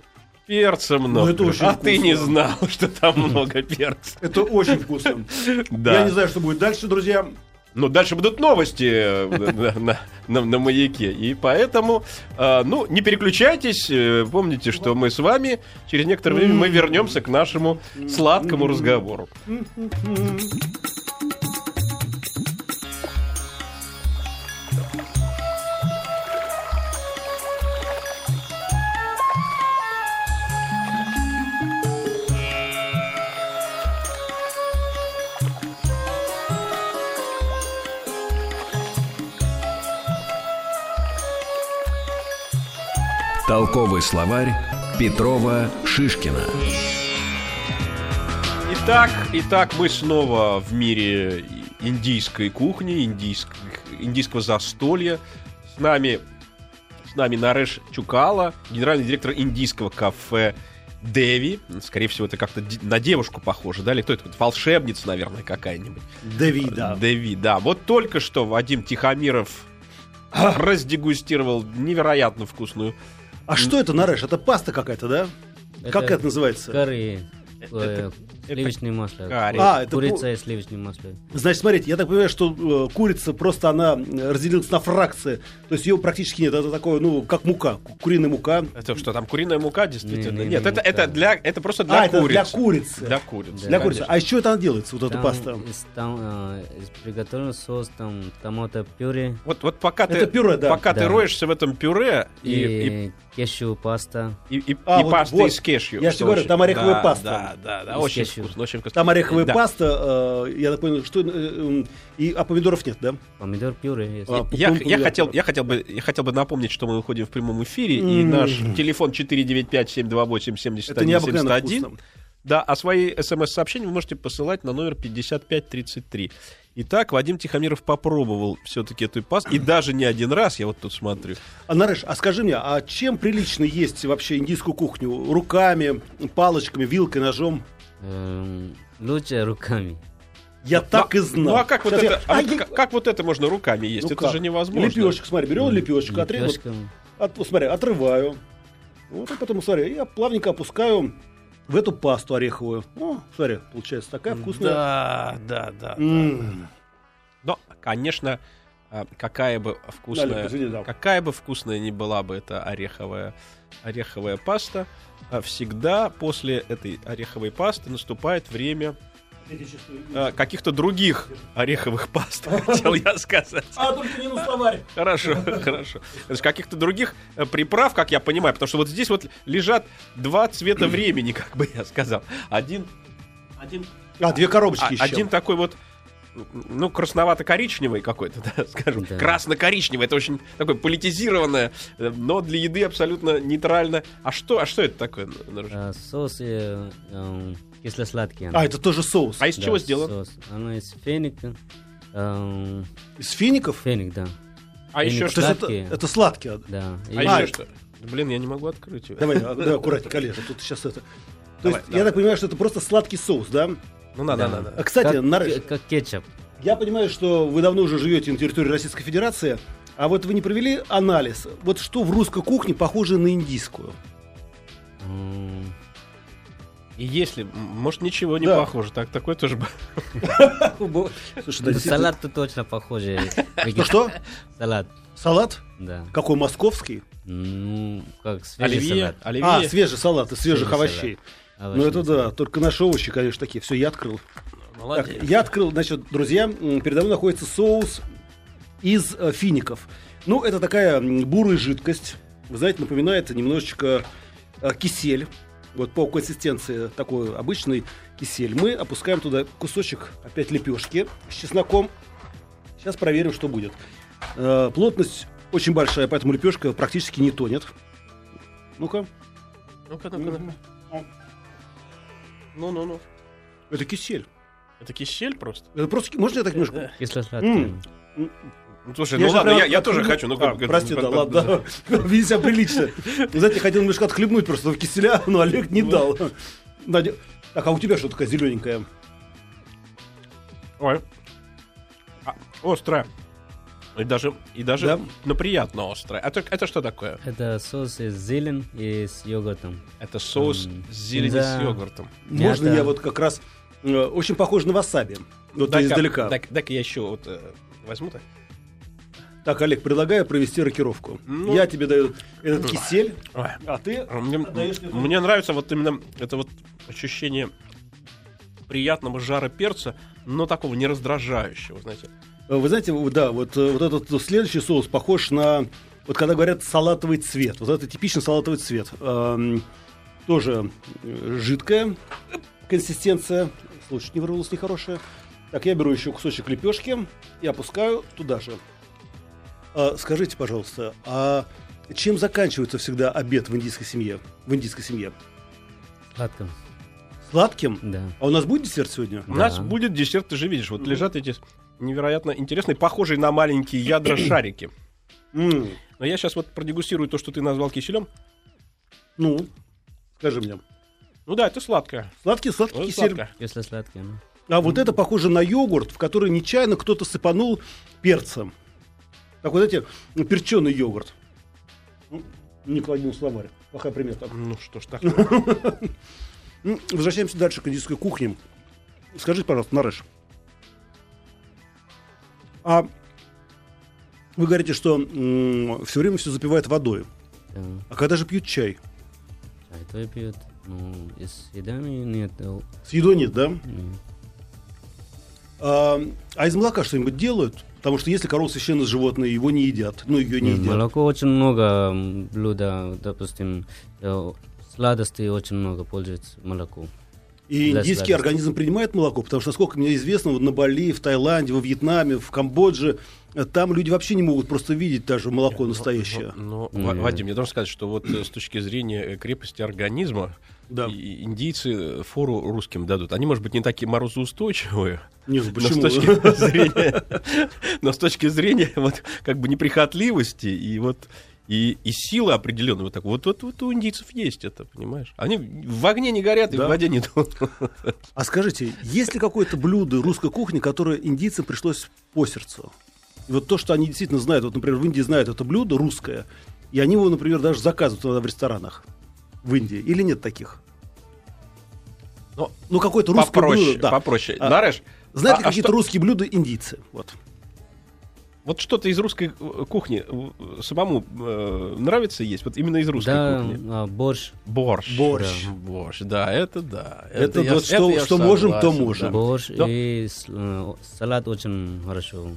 Speaker 2: Перца много.
Speaker 3: это очень
Speaker 2: а ты не
Speaker 3: вкусно.
Speaker 2: знал, что там много перца.
Speaker 3: Это очень вкусно. Я
Speaker 2: (laughs) Да.
Speaker 3: не знаю, что будет дальше, друзья.
Speaker 2: Ну, дальше будут новости э, на- на- на на маяке. И поэтому, э, ну, не переключайтесь. э, Помните, что мы с вами через некоторое время мы вернемся к нашему сладкому разговору.
Speaker 1: Толковый словарь Петрова Шишкина.
Speaker 2: Итак, итак, мы снова в мире индийской кухни, индийск- индийского застолья. С нами, с нами Нареш Чукала, генеральный директор индийского кафе Деви. Скорее всего, это как-то ди- на девушку похоже, да? Или кто это? Волшебница, наверное, какая-нибудь.
Speaker 3: Давида.
Speaker 2: Деви, да. Вот только что Вадим Тихомиров раздегустировал невероятно вкусную.
Speaker 3: А что это, Нареш? Это паста какая-то, да?
Speaker 4: Это
Speaker 3: Как это называется?
Speaker 4: Карри.
Speaker 2: это-
Speaker 4: э, Сливочное масло.
Speaker 2: карри.
Speaker 4: Ку-
Speaker 3: А, это Ну, пу-
Speaker 4: Курица и сливочное масло.
Speaker 3: Значит, смотрите, я так понимаю, что э, курица просто она э, разделилась на фракции. То есть ее практически нет. Это такое, ну, как мука, ку- куриная мука.
Speaker 2: Это что, там куриная мука, действительно?
Speaker 4: Не, не,
Speaker 2: Нет,
Speaker 4: не
Speaker 2: это,
Speaker 4: мука.
Speaker 2: это, для, это просто для
Speaker 3: а, это для
Speaker 2: куриц.
Speaker 3: курицы.
Speaker 2: Для куриц.
Speaker 4: Да,
Speaker 3: Для курицы.
Speaker 2: конечно.
Speaker 3: А из чего это она делается, вот эта
Speaker 4: Там
Speaker 3: паста?
Speaker 4: из- там, э, из- приготовлен соус, там томато пюре
Speaker 2: Вот, вот пока
Speaker 3: Это
Speaker 2: ты,
Speaker 3: пюре, да.
Speaker 2: пока ты
Speaker 4: Да.
Speaker 2: роешься в этом пюре и, и,
Speaker 4: и, кешью паста.
Speaker 2: и, и-
Speaker 3: А,
Speaker 2: и
Speaker 3: вот-
Speaker 2: паста
Speaker 3: вот.
Speaker 2: из кешью.
Speaker 3: Я же
Speaker 2: что
Speaker 3: говорю,
Speaker 2: очень-
Speaker 3: там ореховая
Speaker 2: да,
Speaker 3: паста.
Speaker 2: Да, да, да,
Speaker 4: Из
Speaker 2: очень
Speaker 4: кешью.
Speaker 2: вкусно, очень вкусно.
Speaker 3: Там ореховая
Speaker 2: Да.
Speaker 3: паста, э, я так понял, что... э, э, и, а помидоров нет, да?
Speaker 4: Помидор пюре. есть.
Speaker 3: А,
Speaker 2: Я,
Speaker 3: Пум-пум-пум,
Speaker 2: я,
Speaker 3: я
Speaker 2: хотел,
Speaker 3: понял.
Speaker 2: я, хотел бы, я хотел бы напомнить, что мы выходим в прямом эфире, и наш телефон 495-728-7171.
Speaker 3: Это необыкновенно вкусно.
Speaker 2: Да, а свои смс-сообщения вы можете посылать на номер 5533. Итак, Вадим Тихомиров попробовал все-таки эту пасту, и даже не один раз, я вот тут смотрю.
Speaker 3: А, Нареш, а скажи мне, а чем прилично есть вообще индийскую кухню? Руками, палочками, вилкой, ножом?
Speaker 4: Эм, Лучше руками.
Speaker 3: Я так и знал.
Speaker 2: Ну а как вот,
Speaker 3: Сейчас я-
Speaker 2: это, а
Speaker 3: Ай,
Speaker 2: вот
Speaker 3: я-
Speaker 2: как, как вот это можно руками есть?
Speaker 3: Ну
Speaker 2: это
Speaker 3: как?
Speaker 2: же невозможно.
Speaker 3: Лепешек, смотри, берем лепешку, отре- Ну, вот
Speaker 4: Лепешками.
Speaker 3: От- вот смотри, отрываю. Вот и потом, смотри, я плавненько опускаю в эту пасту ореховую. О, смотри, получается такая вкусная.
Speaker 2: Да, да, да.
Speaker 3: М.
Speaker 2: Но, конечно, а, какая бы
Speaker 3: Да,
Speaker 2: вкусная,
Speaker 3: Лёха, извини, да.
Speaker 2: какая бы вкусная ни была бы эта ореховая, ореховая паста, а всегда после этой ореховой пасты наступает время а, каких-то других ореховых паст, (laughs) хотел я сказать.
Speaker 3: А, только не на словарь.
Speaker 2: Хорошо, (laughs) хорошо. То есть каких-то других э, приправ, как я понимаю, потому что вот здесь вот лежат два цвета времени, как бы я сказал. Один, один,
Speaker 3: А, две
Speaker 2: а,
Speaker 3: коробочки еще.
Speaker 2: один такой вот ну, красновато-коричневый какой-то, (laughs) да, скажем.
Speaker 4: Да.
Speaker 2: Красно-коричневый, это очень такое политизированное, э, но для еды абсолютно нейтрально. А что, а что это такое? Наружу?
Speaker 4: А, Соус э, эм, кисло-сладкий.
Speaker 3: А,
Speaker 4: она.
Speaker 3: это тоже соус.
Speaker 2: А из
Speaker 4: Да,
Speaker 2: чего сделано?
Speaker 4: соус. Оно из феника. Эм,
Speaker 3: Из фиников?
Speaker 4: Феник, да.
Speaker 2: А
Speaker 4: феник.
Speaker 2: еще
Speaker 4: То
Speaker 2: что?
Speaker 3: То есть это,
Speaker 4: Сладкие.
Speaker 3: это сладкие. а?
Speaker 4: Да. И-
Speaker 2: А еще
Speaker 3: А,
Speaker 2: что? Блин, я не могу открыть его.
Speaker 3: Давай, а, давай аккуратнее, коллежа, тут сейчас это... То
Speaker 2: Давай,
Speaker 3: есть, я
Speaker 2: давай.
Speaker 3: так понимаю, что это просто сладкий соус, да?
Speaker 2: Ну, надо,
Speaker 4: Да.
Speaker 2: надо.
Speaker 3: А, кстати,
Speaker 4: как,
Speaker 3: Нарыш,
Speaker 4: к- как кетчуп.
Speaker 3: Я понимаю, что вы давно уже живете на территории Российской Федерации, а вот вы не провели анализ, вот что в русской кухне похоже на индийскую?
Speaker 4: Эм,
Speaker 2: И если, м, может, ничего не
Speaker 3: Да.
Speaker 2: похоже, так такое тоже бы-
Speaker 3: Слушай, да,
Speaker 4: ну,
Speaker 3: действительно.
Speaker 4: Салат тут
Speaker 3: (laughs)
Speaker 4: точно похожий.
Speaker 3: Ну что?
Speaker 4: Салат,
Speaker 3: Салат?
Speaker 4: да.
Speaker 3: Какой московский?
Speaker 4: Ну, как свежий
Speaker 2: Оливье,
Speaker 4: салат.
Speaker 2: оливье.
Speaker 3: А, свежий салат из свежих
Speaker 4: Свежий
Speaker 3: овощей.
Speaker 4: Овощный
Speaker 3: Ну это да,
Speaker 4: салат.
Speaker 3: только наши овощи, конечно, такие. Все, я открыл. Так,
Speaker 2: Молодец.
Speaker 3: я открыл, значит, друзья, м, передо мной находится соус из э, фиников. Ну, это такая м, бурая жидкость. Вы знаете, напоминает немножечко э, кисель. Вот по консистенции такой обычный кисель. Мы опускаем туда кусочек опять лепешки с чесноком. Сейчас проверим, что будет. Э, Плотность очень большая, поэтому лепешка практически не тонет. Ну-ка.
Speaker 2: Ну-ка, ну-ка, ну-ка. Ну-ну-ну.
Speaker 3: Это кисель.
Speaker 2: Это кисель просто.
Speaker 3: Это просто... ки- Можно я так немножко...
Speaker 4: Кисло-сладкий.
Speaker 3: М.
Speaker 2: Ну, слушай, ну
Speaker 3: Я же
Speaker 2: ладно,
Speaker 3: прям
Speaker 2: я, я тоже
Speaker 3: отхлебну-
Speaker 2: хочу. Ну,
Speaker 3: А, прости, да, ладно. (laughs) Видите,
Speaker 2: (laughs)
Speaker 3: себя прилично. Вы знаете, я хотел немножко отхлебнуть просто в киселя, (laughs) но Олег не дал. Надя- Так, а у тебя что такое зелененькое?
Speaker 2: Ой. А, острое. И даже, и даже
Speaker 3: Да?
Speaker 2: ну, приятно острое. А так- это что такое?
Speaker 4: Это соус из зелень и с йогуртом.
Speaker 2: Это соус
Speaker 4: М,
Speaker 2: с зелени
Speaker 4: да.
Speaker 2: с йогуртом.
Speaker 3: Можно
Speaker 4: Мята.
Speaker 3: я вот как раз... э, Очень похоже на васаби. Вот
Speaker 2: Дай-ка-
Speaker 3: издалека.
Speaker 2: дай-ка- дай-ка я еще вот э, возьму-то.
Speaker 3: Так, Олег, предлагаю провести рокировку.
Speaker 2: Ну.
Speaker 3: Я тебе даю этот кисель,
Speaker 2: Ой.
Speaker 3: а ты...
Speaker 2: А Мне,
Speaker 3: отдаешь мне-
Speaker 2: мне нравится вот именно это вот ощущение приятного жара перца, но такого не раздражающего, знаете.
Speaker 3: Э, Вы знаете, вот, да, вот, э, вот этот э, следующий соус похож на... Вот когда говорят салатовый цвет, вот это типичный салатовый цвет. Эм, тоже э, жидкая консистенция. Слушай, не вырвалась нехорошая. Так, я беру еще кусочек лепешки и опускаю туда же. Э, скажите, пожалуйста, а Чем заканчивается всегда обед в индийской семье? В индийской семье?
Speaker 4: Сладко,
Speaker 3: Сладким?
Speaker 4: да.
Speaker 3: А у нас будет десерт сегодня?
Speaker 2: У нас
Speaker 4: Да.
Speaker 2: будет десерт, ты же видишь, вот лежат эти невероятно интересные, похожие на маленькие
Speaker 3: (clears throat)
Speaker 2: ядра шарики.
Speaker 3: М,
Speaker 2: Но я сейчас вот продегустирую то, что ты назвал киселем.
Speaker 3: Ну, скажи мне.
Speaker 2: Ну да, это сладкое.
Speaker 3: Сладкий, сладкий
Speaker 2: Вот
Speaker 3: кисель.
Speaker 2: сладкое.
Speaker 4: Если сладкое. ну.
Speaker 3: А вот это похоже на йогурт, в который нечаянно кто-то сыпанул перцем. Так вот эти перченый йогурт. М, Не клади в словарь. Плохая примета.
Speaker 2: Ну что ж так.
Speaker 3: М, Возвращаемся дальше к индийской кухне. Скажите, пожалуйста, Нарыш, а вы говорите, что все время все запивает водой.
Speaker 4: Да.
Speaker 3: А когда же пьют чай?
Speaker 4: Чай то пьют. Ну, и с едами нет. э,
Speaker 3: С едой нет, да?
Speaker 4: м,
Speaker 3: А, а из молока что-нибудь делают? Потому что если корова священное животное, его не едят. Ну, ее не
Speaker 4: Нет,
Speaker 3: едят.
Speaker 4: молоко очень много м, блюда, допустим, э, сладостей очень много пользуется молоко.
Speaker 3: И
Speaker 4: Для
Speaker 3: индийский
Speaker 4: сладости.
Speaker 3: организм принимает молоко, потому что, насколько мне известно, вот на Бали, в Таиланде, во Вьетнаме, в Камбодже, э, там люди вообще не могут просто видеть даже молоко
Speaker 2: ну,
Speaker 3: настоящее.
Speaker 2: Но,
Speaker 4: М.
Speaker 2: ну, Вадим, я должен сказать, что вот э, с точки зрения э, крепости организма,
Speaker 3: Да.
Speaker 2: и- индийцы э, фору русским дадут. Они, может быть, не такие морозоустойчивые,
Speaker 3: Не, ну почему?
Speaker 2: Но с точки зрения, но с точки зрения вот как бы неприхотливости и вот и, и силы определенной вот так вот, вот вот у индийцев есть это понимаешь они в огне не горят и
Speaker 3: Да.
Speaker 2: в воде не тонут
Speaker 3: (laughs) А скажите, есть ли какое-то блюдо русской кухни, которое индийцам пришлось по сердцу? И вот то, что они действительно знают, вот, например, в Индии знают это блюдо русское, и они его, например, даже заказывают иногда в ресторанах в Индии. Или нет таких?
Speaker 2: Ну,
Speaker 3: Ну, какое-то русское
Speaker 2: попроще
Speaker 3: блюдо, да.
Speaker 2: попроще
Speaker 3: А,
Speaker 2: Нареш,
Speaker 3: Знают
Speaker 2: а-
Speaker 3: ли
Speaker 2: а
Speaker 3: какие-то
Speaker 2: что-
Speaker 3: русские блюда индийцы? Вот.
Speaker 2: вот что-то из русской э, кухни э, самому э, нравится есть вот именно из русской
Speaker 4: да,
Speaker 2: кухни
Speaker 4: а, борщ,
Speaker 2: борщ
Speaker 3: Борщ.
Speaker 2: да, борщ да это да
Speaker 3: Это
Speaker 2: я-
Speaker 3: вот что-
Speaker 2: я
Speaker 3: что можем, то
Speaker 2: согласен,
Speaker 3: можем.
Speaker 2: да.
Speaker 4: борщ
Speaker 2: Да.
Speaker 4: и с- э, салат очень хорошо.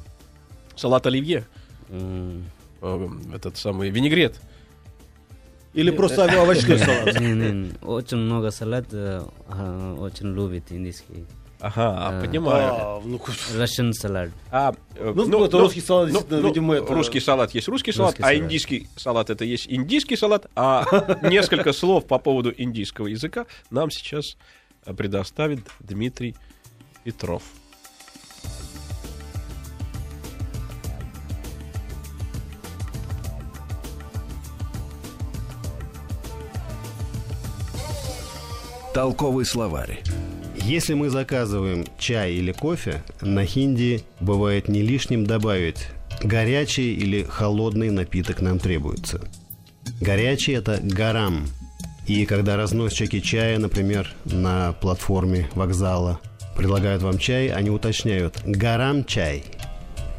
Speaker 2: салат оливье
Speaker 4: М,
Speaker 2: э, этот самый винегрет
Speaker 3: Или просто овощной салат.
Speaker 4: не, не, очень много салат э, а, очень любит индийский.
Speaker 2: ага
Speaker 4: Да.
Speaker 2: понимаю
Speaker 3: А, ну,
Speaker 4: Russian салат.
Speaker 2: А, э,
Speaker 3: Ну, это русский салат, действительно, видимо, это-
Speaker 2: ну, Русский салат есть русский салат,
Speaker 4: Русский
Speaker 2: а
Speaker 4: салат.
Speaker 2: индийский салат это есть индийский салат. А (laughs) несколько слов по поводу индийского языка нам сейчас э, предоставит Дмитрий Петров.
Speaker 1: Толковый словарь.
Speaker 5: Если мы заказываем чай или кофе, на хинди бывает не лишним добавить горячий или холодный напиток нам требуется. Горячий это гарам. И когда разносчики чая, например, на платформе вокзала предлагают вам чай, они уточняют гарам чай.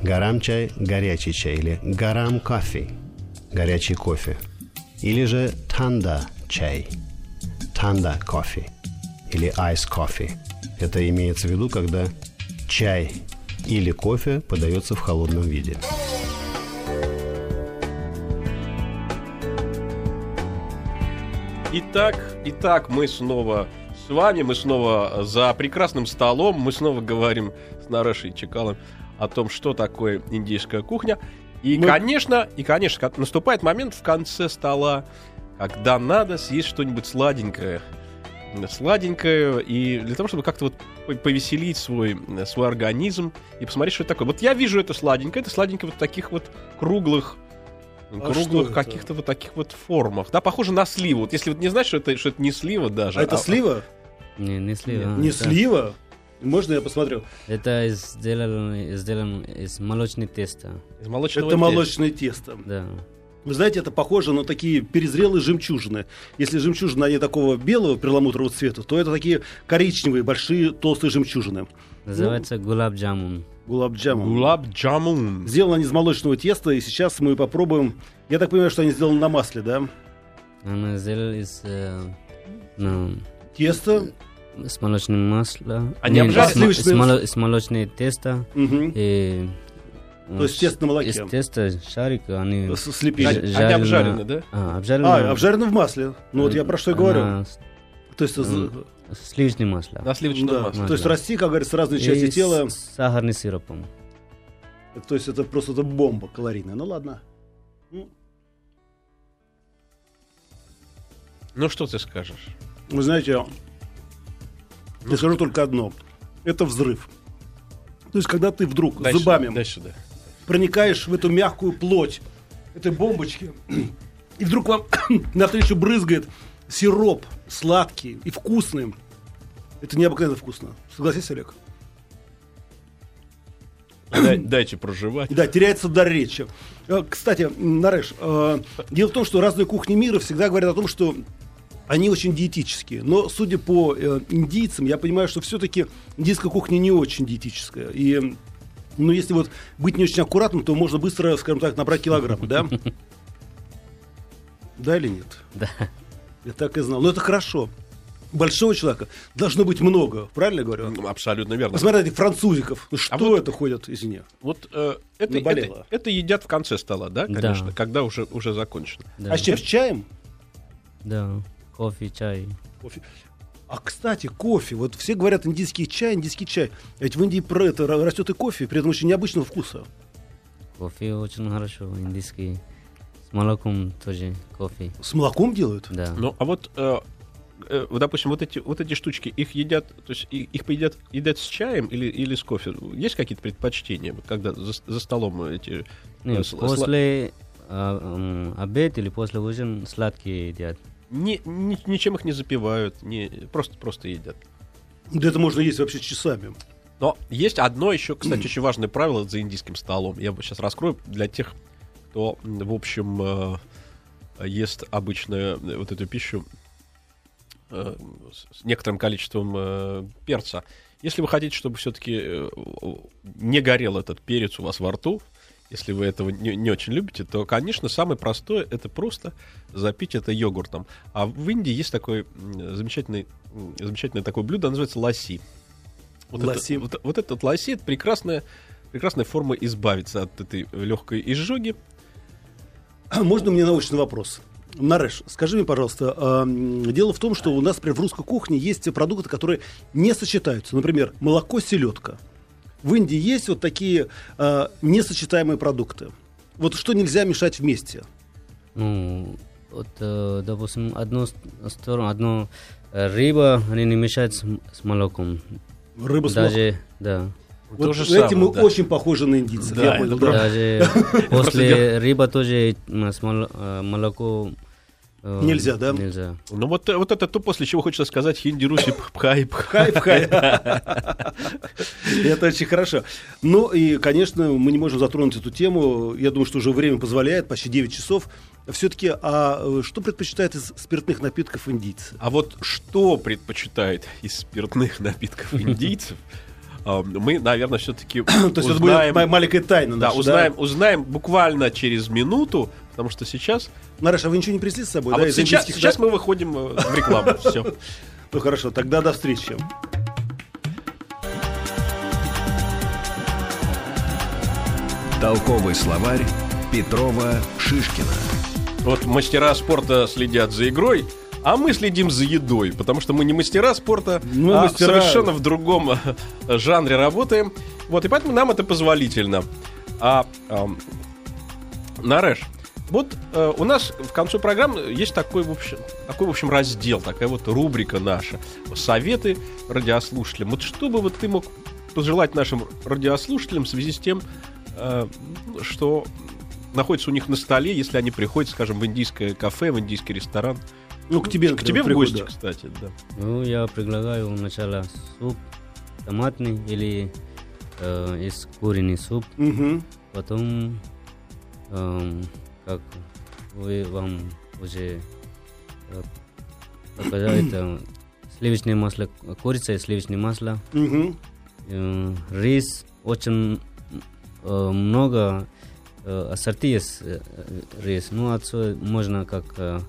Speaker 5: Гарам чай – горячий чай или гарам кофе – горячий кофе. Или же танда чай – танда кофе или ice кофе. Это имеется в виду, когда чай или кофе подается в холодном виде.
Speaker 2: Итак, итак, мы снова с вами, мы снова э, за прекрасным столом, мы снова говорим с Нарешей Чекалом о том, что такое индийская кухня. И,
Speaker 3: Мы-
Speaker 2: конечно, и, конечно, как- наступает момент в конце стола, когда надо съесть что-нибудь сладенькое. Сладенькое, и для того, чтобы как-то вот по- повеселить свой, э, свой организм и посмотреть, что это такое. Вот я вижу это сладенькое, это сладенькое вот в таких вот круглых
Speaker 3: А что
Speaker 2: круглых
Speaker 3: это?
Speaker 2: каких-то вот таких вот формах. Да, похоже на сливу. Вот если вот не знаешь, что это, что это не слива даже.
Speaker 3: А это слива?
Speaker 4: Не, не слива.
Speaker 3: Не
Speaker 4: это-
Speaker 3: слива? Можно я посмотрю?
Speaker 4: Это сделано, сделано из молочной теста.
Speaker 2: Из молочного
Speaker 3: Это
Speaker 2: теста.
Speaker 3: молочное тесто.
Speaker 4: Да.
Speaker 3: Вы знаете, это похоже на такие перезрелые жемчужины. Если жемчужины, они такого белого перламутрового цвета, то это такие коричневые, большие, толстые жемчужины.
Speaker 4: Называется
Speaker 3: Ну.
Speaker 4: гулаб джамун.
Speaker 3: Гулабджаму.
Speaker 2: Гулаб джамун.
Speaker 3: Сделаны они из молочного теста, и сейчас мы попробуем... Я так понимаю, что они сделаны на масле, да?
Speaker 4: Она сделана из э, ну,
Speaker 3: Тесто.
Speaker 4: с молочным маслом.
Speaker 3: А
Speaker 2: Они
Speaker 4: Не,
Speaker 2: обжаренные?
Speaker 4: с мо- С,
Speaker 3: Сливочное
Speaker 4: моло- с молочной
Speaker 3: Э,
Speaker 4: теста.
Speaker 3: Мгм.
Speaker 4: И, э,
Speaker 3: То есть тесто на молоке.
Speaker 4: Из теста шарик они
Speaker 3: С-
Speaker 2: Они,
Speaker 3: Слепили.
Speaker 4: Жаль.
Speaker 2: они
Speaker 4: жареная-
Speaker 2: обжарены, да?
Speaker 4: а,
Speaker 3: А,
Speaker 4: обжарено.
Speaker 3: обжарено в масле. Ну вот я про что и говорю.
Speaker 4: Она с-
Speaker 3: То есть, з-
Speaker 4: м, Сливочное масло.
Speaker 2: На сливочном
Speaker 3: да,
Speaker 2: масле.
Speaker 3: то есть
Speaker 4: да.
Speaker 3: расти, как говорится, разные
Speaker 4: И
Speaker 3: части
Speaker 4: с-
Speaker 3: тела.
Speaker 4: С сахарным сиропом.
Speaker 3: То есть это просто это бомба калорийная. Ну ладно. М.
Speaker 2: Ну что ты скажешь?
Speaker 3: Вы знаете, я скажу только одно. Это взрыв. То есть, когда ты вдруг
Speaker 2: Дальше,
Speaker 3: зубами
Speaker 2: Дальше, да.
Speaker 3: проникаешь в эту мягкую плоть этой бомбочки, (clears throat) и вдруг вам (clears throat) навстречу брызгает сироп сладкий и вкусный. Это необыкновенно вкусно. Согласись, Олег?
Speaker 2: Дай- Дайте проживать.
Speaker 3: Да, теряется дар речи. Э, Кстати, м, Нареш, э, дело в том, что разные кухни мира всегда говорят о том, что они очень диетические. Но, судя по э, индийцам, я понимаю, что все-таки индийская кухня не очень диетическая. И, м, ну, если вот быть не очень аккуратным, то можно быстро, скажем так, набрать килограмм,
Speaker 4: (laughs)
Speaker 3: да? Да или нет?
Speaker 4: Да.
Speaker 3: Я так и знал. Но это хорошо. Большого человека должно быть много, правильно я говорю?
Speaker 2: М, Абсолютно верно.
Speaker 3: Посмотри на этих французиков. Ну, Что
Speaker 2: Ну, вот-
Speaker 3: это ходят, извини?
Speaker 2: Вот э, это, это,
Speaker 3: Наболело.
Speaker 2: это едят в конце стола, да,
Speaker 4: Да.
Speaker 2: конечно, когда уже, уже закончено.
Speaker 4: да,
Speaker 3: А с чем? С чаем?
Speaker 4: да. Кофе, чай.
Speaker 3: Кофе. А кстати, кофе. Вот все говорят индийский чай, индийский чай. А Ведь в Индии про это ра- растет и кофе, при этом очень необычного вкуса.
Speaker 4: Кофе очень хорошо, индийский. С молоком тоже кофе.
Speaker 3: С молоком делают?
Speaker 4: Да.
Speaker 2: Ну, а вот, э, э, вот, допустим, вот эти, вот эти штучки, их едят, то есть и- их едят, едят с чаем или, или с кофе? Есть какие-то предпочтения, вот когда за, с- за столом эти...
Speaker 4: Не,
Speaker 2: э, сл- сла-
Speaker 4: после а, м, обед или после ужин сладкие едят.
Speaker 2: ни- ни- ничем их не запивают, не, просто, просто едят.
Speaker 3: Да это можно есть вообще часами.
Speaker 2: Но есть одно еще, кстати, очень важное правило за индийским столом. Я сейчас раскрою для тех, кто, м, в общем, э, ест обычную э, вот эту пищу э, с с некоторым количеством э, перца. Если вы хотите, чтобы все-таки не горел этот перец у вас во рту, если вы этого не, не очень любите, то, конечно, самое простое это просто запить это йогуртом. А в Индии есть такой м, замечательный, м, замечательное такое блюдо, оно называется ласи. Вот,
Speaker 3: Ласси.
Speaker 2: Это, вот, вот этот ласи это прекрасная, прекрасная форма избавиться от этой легкой изжоги.
Speaker 3: А Можно мне научный вопрос? Нареш, скажи мне, пожалуйста, а, м, дело в том, что у нас, например, в русской кухне есть те продукты, которые не сочетаются. Например, молоко, селедка. В Индии есть вот такие а, несочетаемые продукты. Вот что нельзя мешать вместе?
Speaker 4: Ну, вот, э, допустим, одну с- сторону, одну э, рыба, они не мешают с, м- с молоком.
Speaker 3: Рыба с молоком.
Speaker 4: Даже, да.
Speaker 3: Вот
Speaker 2: То же
Speaker 3: этим
Speaker 2: самое,
Speaker 3: мы
Speaker 2: да.
Speaker 3: очень похожи на индийцев.
Speaker 2: Да,
Speaker 3: (laughs) я
Speaker 2: это
Speaker 3: понял, да.
Speaker 4: Даже после
Speaker 2: дело-
Speaker 4: рыба тоже м, с моло- э, молоко э,
Speaker 3: Нельзя, да?
Speaker 4: Нельзя.
Speaker 2: Ну вот, э, вот это то, после чего хочется сказать хинди, руси, пхай, пхай.
Speaker 3: Кайф, кайф. (laughs) Это очень хорошо. Ну и, конечно, мы не можем затронуть эту тему. Я думаю, что уже время позволяет, почти 9 часов. Все-таки, а э, что предпочитает из спиртных напитков индийцы?
Speaker 2: А вот что предпочитает из спиртных
Speaker 3: (laughs)
Speaker 2: напитков индийцев, э, мы, наверное, все-таки
Speaker 3: (clears throat) Ну, То есть это будет моя
Speaker 2: узнаем,
Speaker 3: маленькая тайна
Speaker 2: да,
Speaker 3: наша,
Speaker 2: узнаем, узнаем буквально через минуту, потому что сейчас...
Speaker 3: Нараш, а вы ничего не принесли с собой?
Speaker 2: а
Speaker 3: да,
Speaker 2: вот
Speaker 3: из
Speaker 2: сейчас,
Speaker 3: индийских,
Speaker 2: сейчас
Speaker 3: да?
Speaker 2: мы выходим э, в рекламу. Все.
Speaker 3: Ну хорошо, тогда до встречи.
Speaker 1: Толковый словарь Петрова Шишкина.
Speaker 2: Вот мастера спорта следят за игрой, а мы следим за едой, потому что мы не мастера спорта,
Speaker 3: Мы
Speaker 2: а
Speaker 3: мастера.
Speaker 2: совершенно в другом э, жанре работаем. Вот, и поэтому нам это позволительно. А, эм, Нареш, вот э, у нас в конце программы есть такой, в общем, такой, в общем, раздел, такая вот рубрика наша. Советы радиослушателям. Вот что бы вот ты мог пожелать нашим радиослушателям в связи с тем, э, что находится у них на столе, если они приходят, скажем, в индийское кафе, в индийский ресторан.
Speaker 3: Ну, к тебе,
Speaker 2: К
Speaker 3: например,
Speaker 2: тебе в
Speaker 3: приходят,
Speaker 2: гости,
Speaker 3: да.
Speaker 2: кстати, да.
Speaker 4: Ну, я предлагаю сначала суп томатный или э, из куриный суп,
Speaker 3: Мгм.
Speaker 4: потом эм, как вы вам уже э, показали, это сливочное масло, курица и сливочное масло,
Speaker 3: Мгм.
Speaker 4: э, рис, очень э, много э, ассорти есть э, рис, ну отсюда можно как э,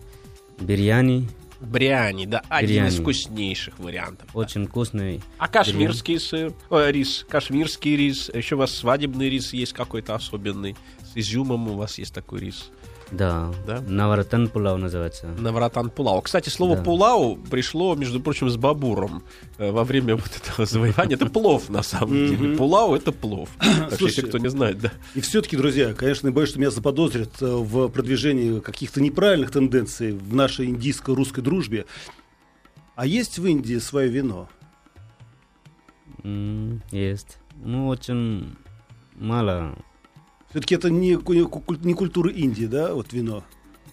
Speaker 4: бирьяни,
Speaker 2: Бриани, да,
Speaker 4: один из Бриани.
Speaker 2: вкуснейших вариантов.
Speaker 4: очень вкусный,
Speaker 2: А кашмирский сыр, э, рис, кашмирский рис, еще у вас свадебный рис есть какой-то особенный, с изюмом у вас есть такой рис.
Speaker 4: Да.
Speaker 2: Да?
Speaker 4: Наваратан пулау называется.
Speaker 2: Навратан Пулау. Кстати, слово
Speaker 4: Да.
Speaker 2: пулау пришло, между прочим, с бабуром э, во время вот этого завоевания. Это плов, на самом деле. Пулау — это плов. Так что, если
Speaker 3: Слушайте,
Speaker 2: кто не знает, да.
Speaker 3: И все-таки, друзья, конечно, я боюсь, что меня заподозрят э, в продвижении каких-то неправильных тенденций в нашей индийско-русской дружбе. А есть в Индии свое вино?
Speaker 4: М, Есть. Ну, очень мало.
Speaker 3: Все-таки это не, ку- не ку- не культура Индии, да, вот вино.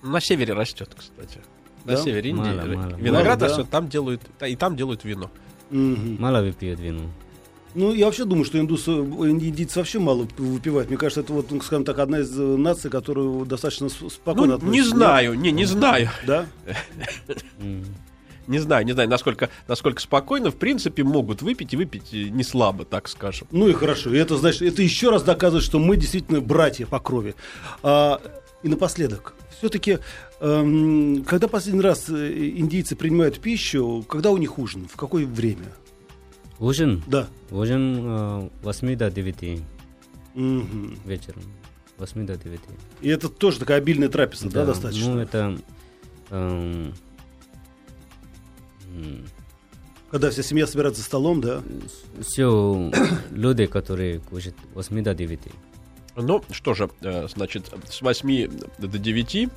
Speaker 2: На севере растет, кстати. На
Speaker 3: Да?
Speaker 2: севере Индии
Speaker 4: Мало, мало.
Speaker 3: Мало,
Speaker 2: виноград
Speaker 3: да.
Speaker 2: растет, там делают, та- и там делают вино.
Speaker 3: Мгм.
Speaker 4: Мало выпьют вину.
Speaker 3: Ну, я вообще думаю, что индусы, инди- индийцы вообще мало п- выпивают. Мне кажется, это вот, ну, скажем так, одна из э, наций, которая достаточно с- спокойно
Speaker 2: Ну, не
Speaker 3: относится.
Speaker 2: знаю, не, не знаю.
Speaker 3: Да?
Speaker 4: М.
Speaker 2: Не знаю, не знаю, насколько, насколько спокойно, в принципе, могут выпить и выпить э, не слабо, так скажем.
Speaker 3: Ну и хорошо. И это значит, это еще раз доказывает, что мы действительно братья по крови. А, и напоследок, все-таки, когда последний раз э, индийцы принимают пищу, когда у них ужин, в какое время?
Speaker 4: Ужин?
Speaker 3: Да.
Speaker 4: Ужин э, 8 до 9
Speaker 3: Мгм.
Speaker 4: вечером. 8 до 9.
Speaker 3: И это тоже такая обильная трапеза, да, достаточно.
Speaker 4: Ну, это... эм, м,
Speaker 3: Когда вся семья собирается за столом, да?
Speaker 4: (coughs) все люди, которые кушают 8 до 9.
Speaker 2: Ну, что же, э, значит, с 8 до 9,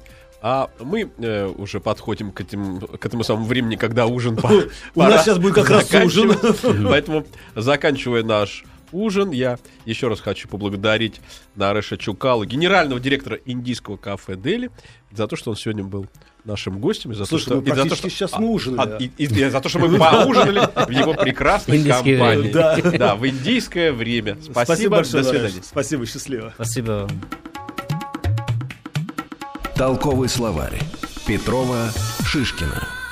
Speaker 2: а мы э, уже подходим к, этим, к этому самому времени, когда
Speaker 3: (laughs)
Speaker 2: ужин по-
Speaker 3: У нас
Speaker 2: пора
Speaker 3: сейчас будет как раз ужин.
Speaker 2: заканчивать. (laughs) Поэтому, заканчивая наш ужин, я еще раз хочу поблагодарить Нареша Чукала, генерального директора индийского кафе Дели, за то, что он сегодня был нашим гостем. И за
Speaker 3: Слушай,
Speaker 2: то,
Speaker 3: ну,
Speaker 2: что, и за то,
Speaker 3: практически
Speaker 2: что-
Speaker 3: сейчас мы ужинали,
Speaker 2: а, и- и- и за то, что мы поужинали в его прекрасной
Speaker 4: Индийское
Speaker 2: компании.
Speaker 3: время. Да.
Speaker 2: Да, в индийское время. Спасибо, до
Speaker 3: Наташа.
Speaker 2: свидания.
Speaker 3: Спасибо, счастливо.
Speaker 4: Спасибо вам.
Speaker 1: Толковый словарь Петрова Шишкина.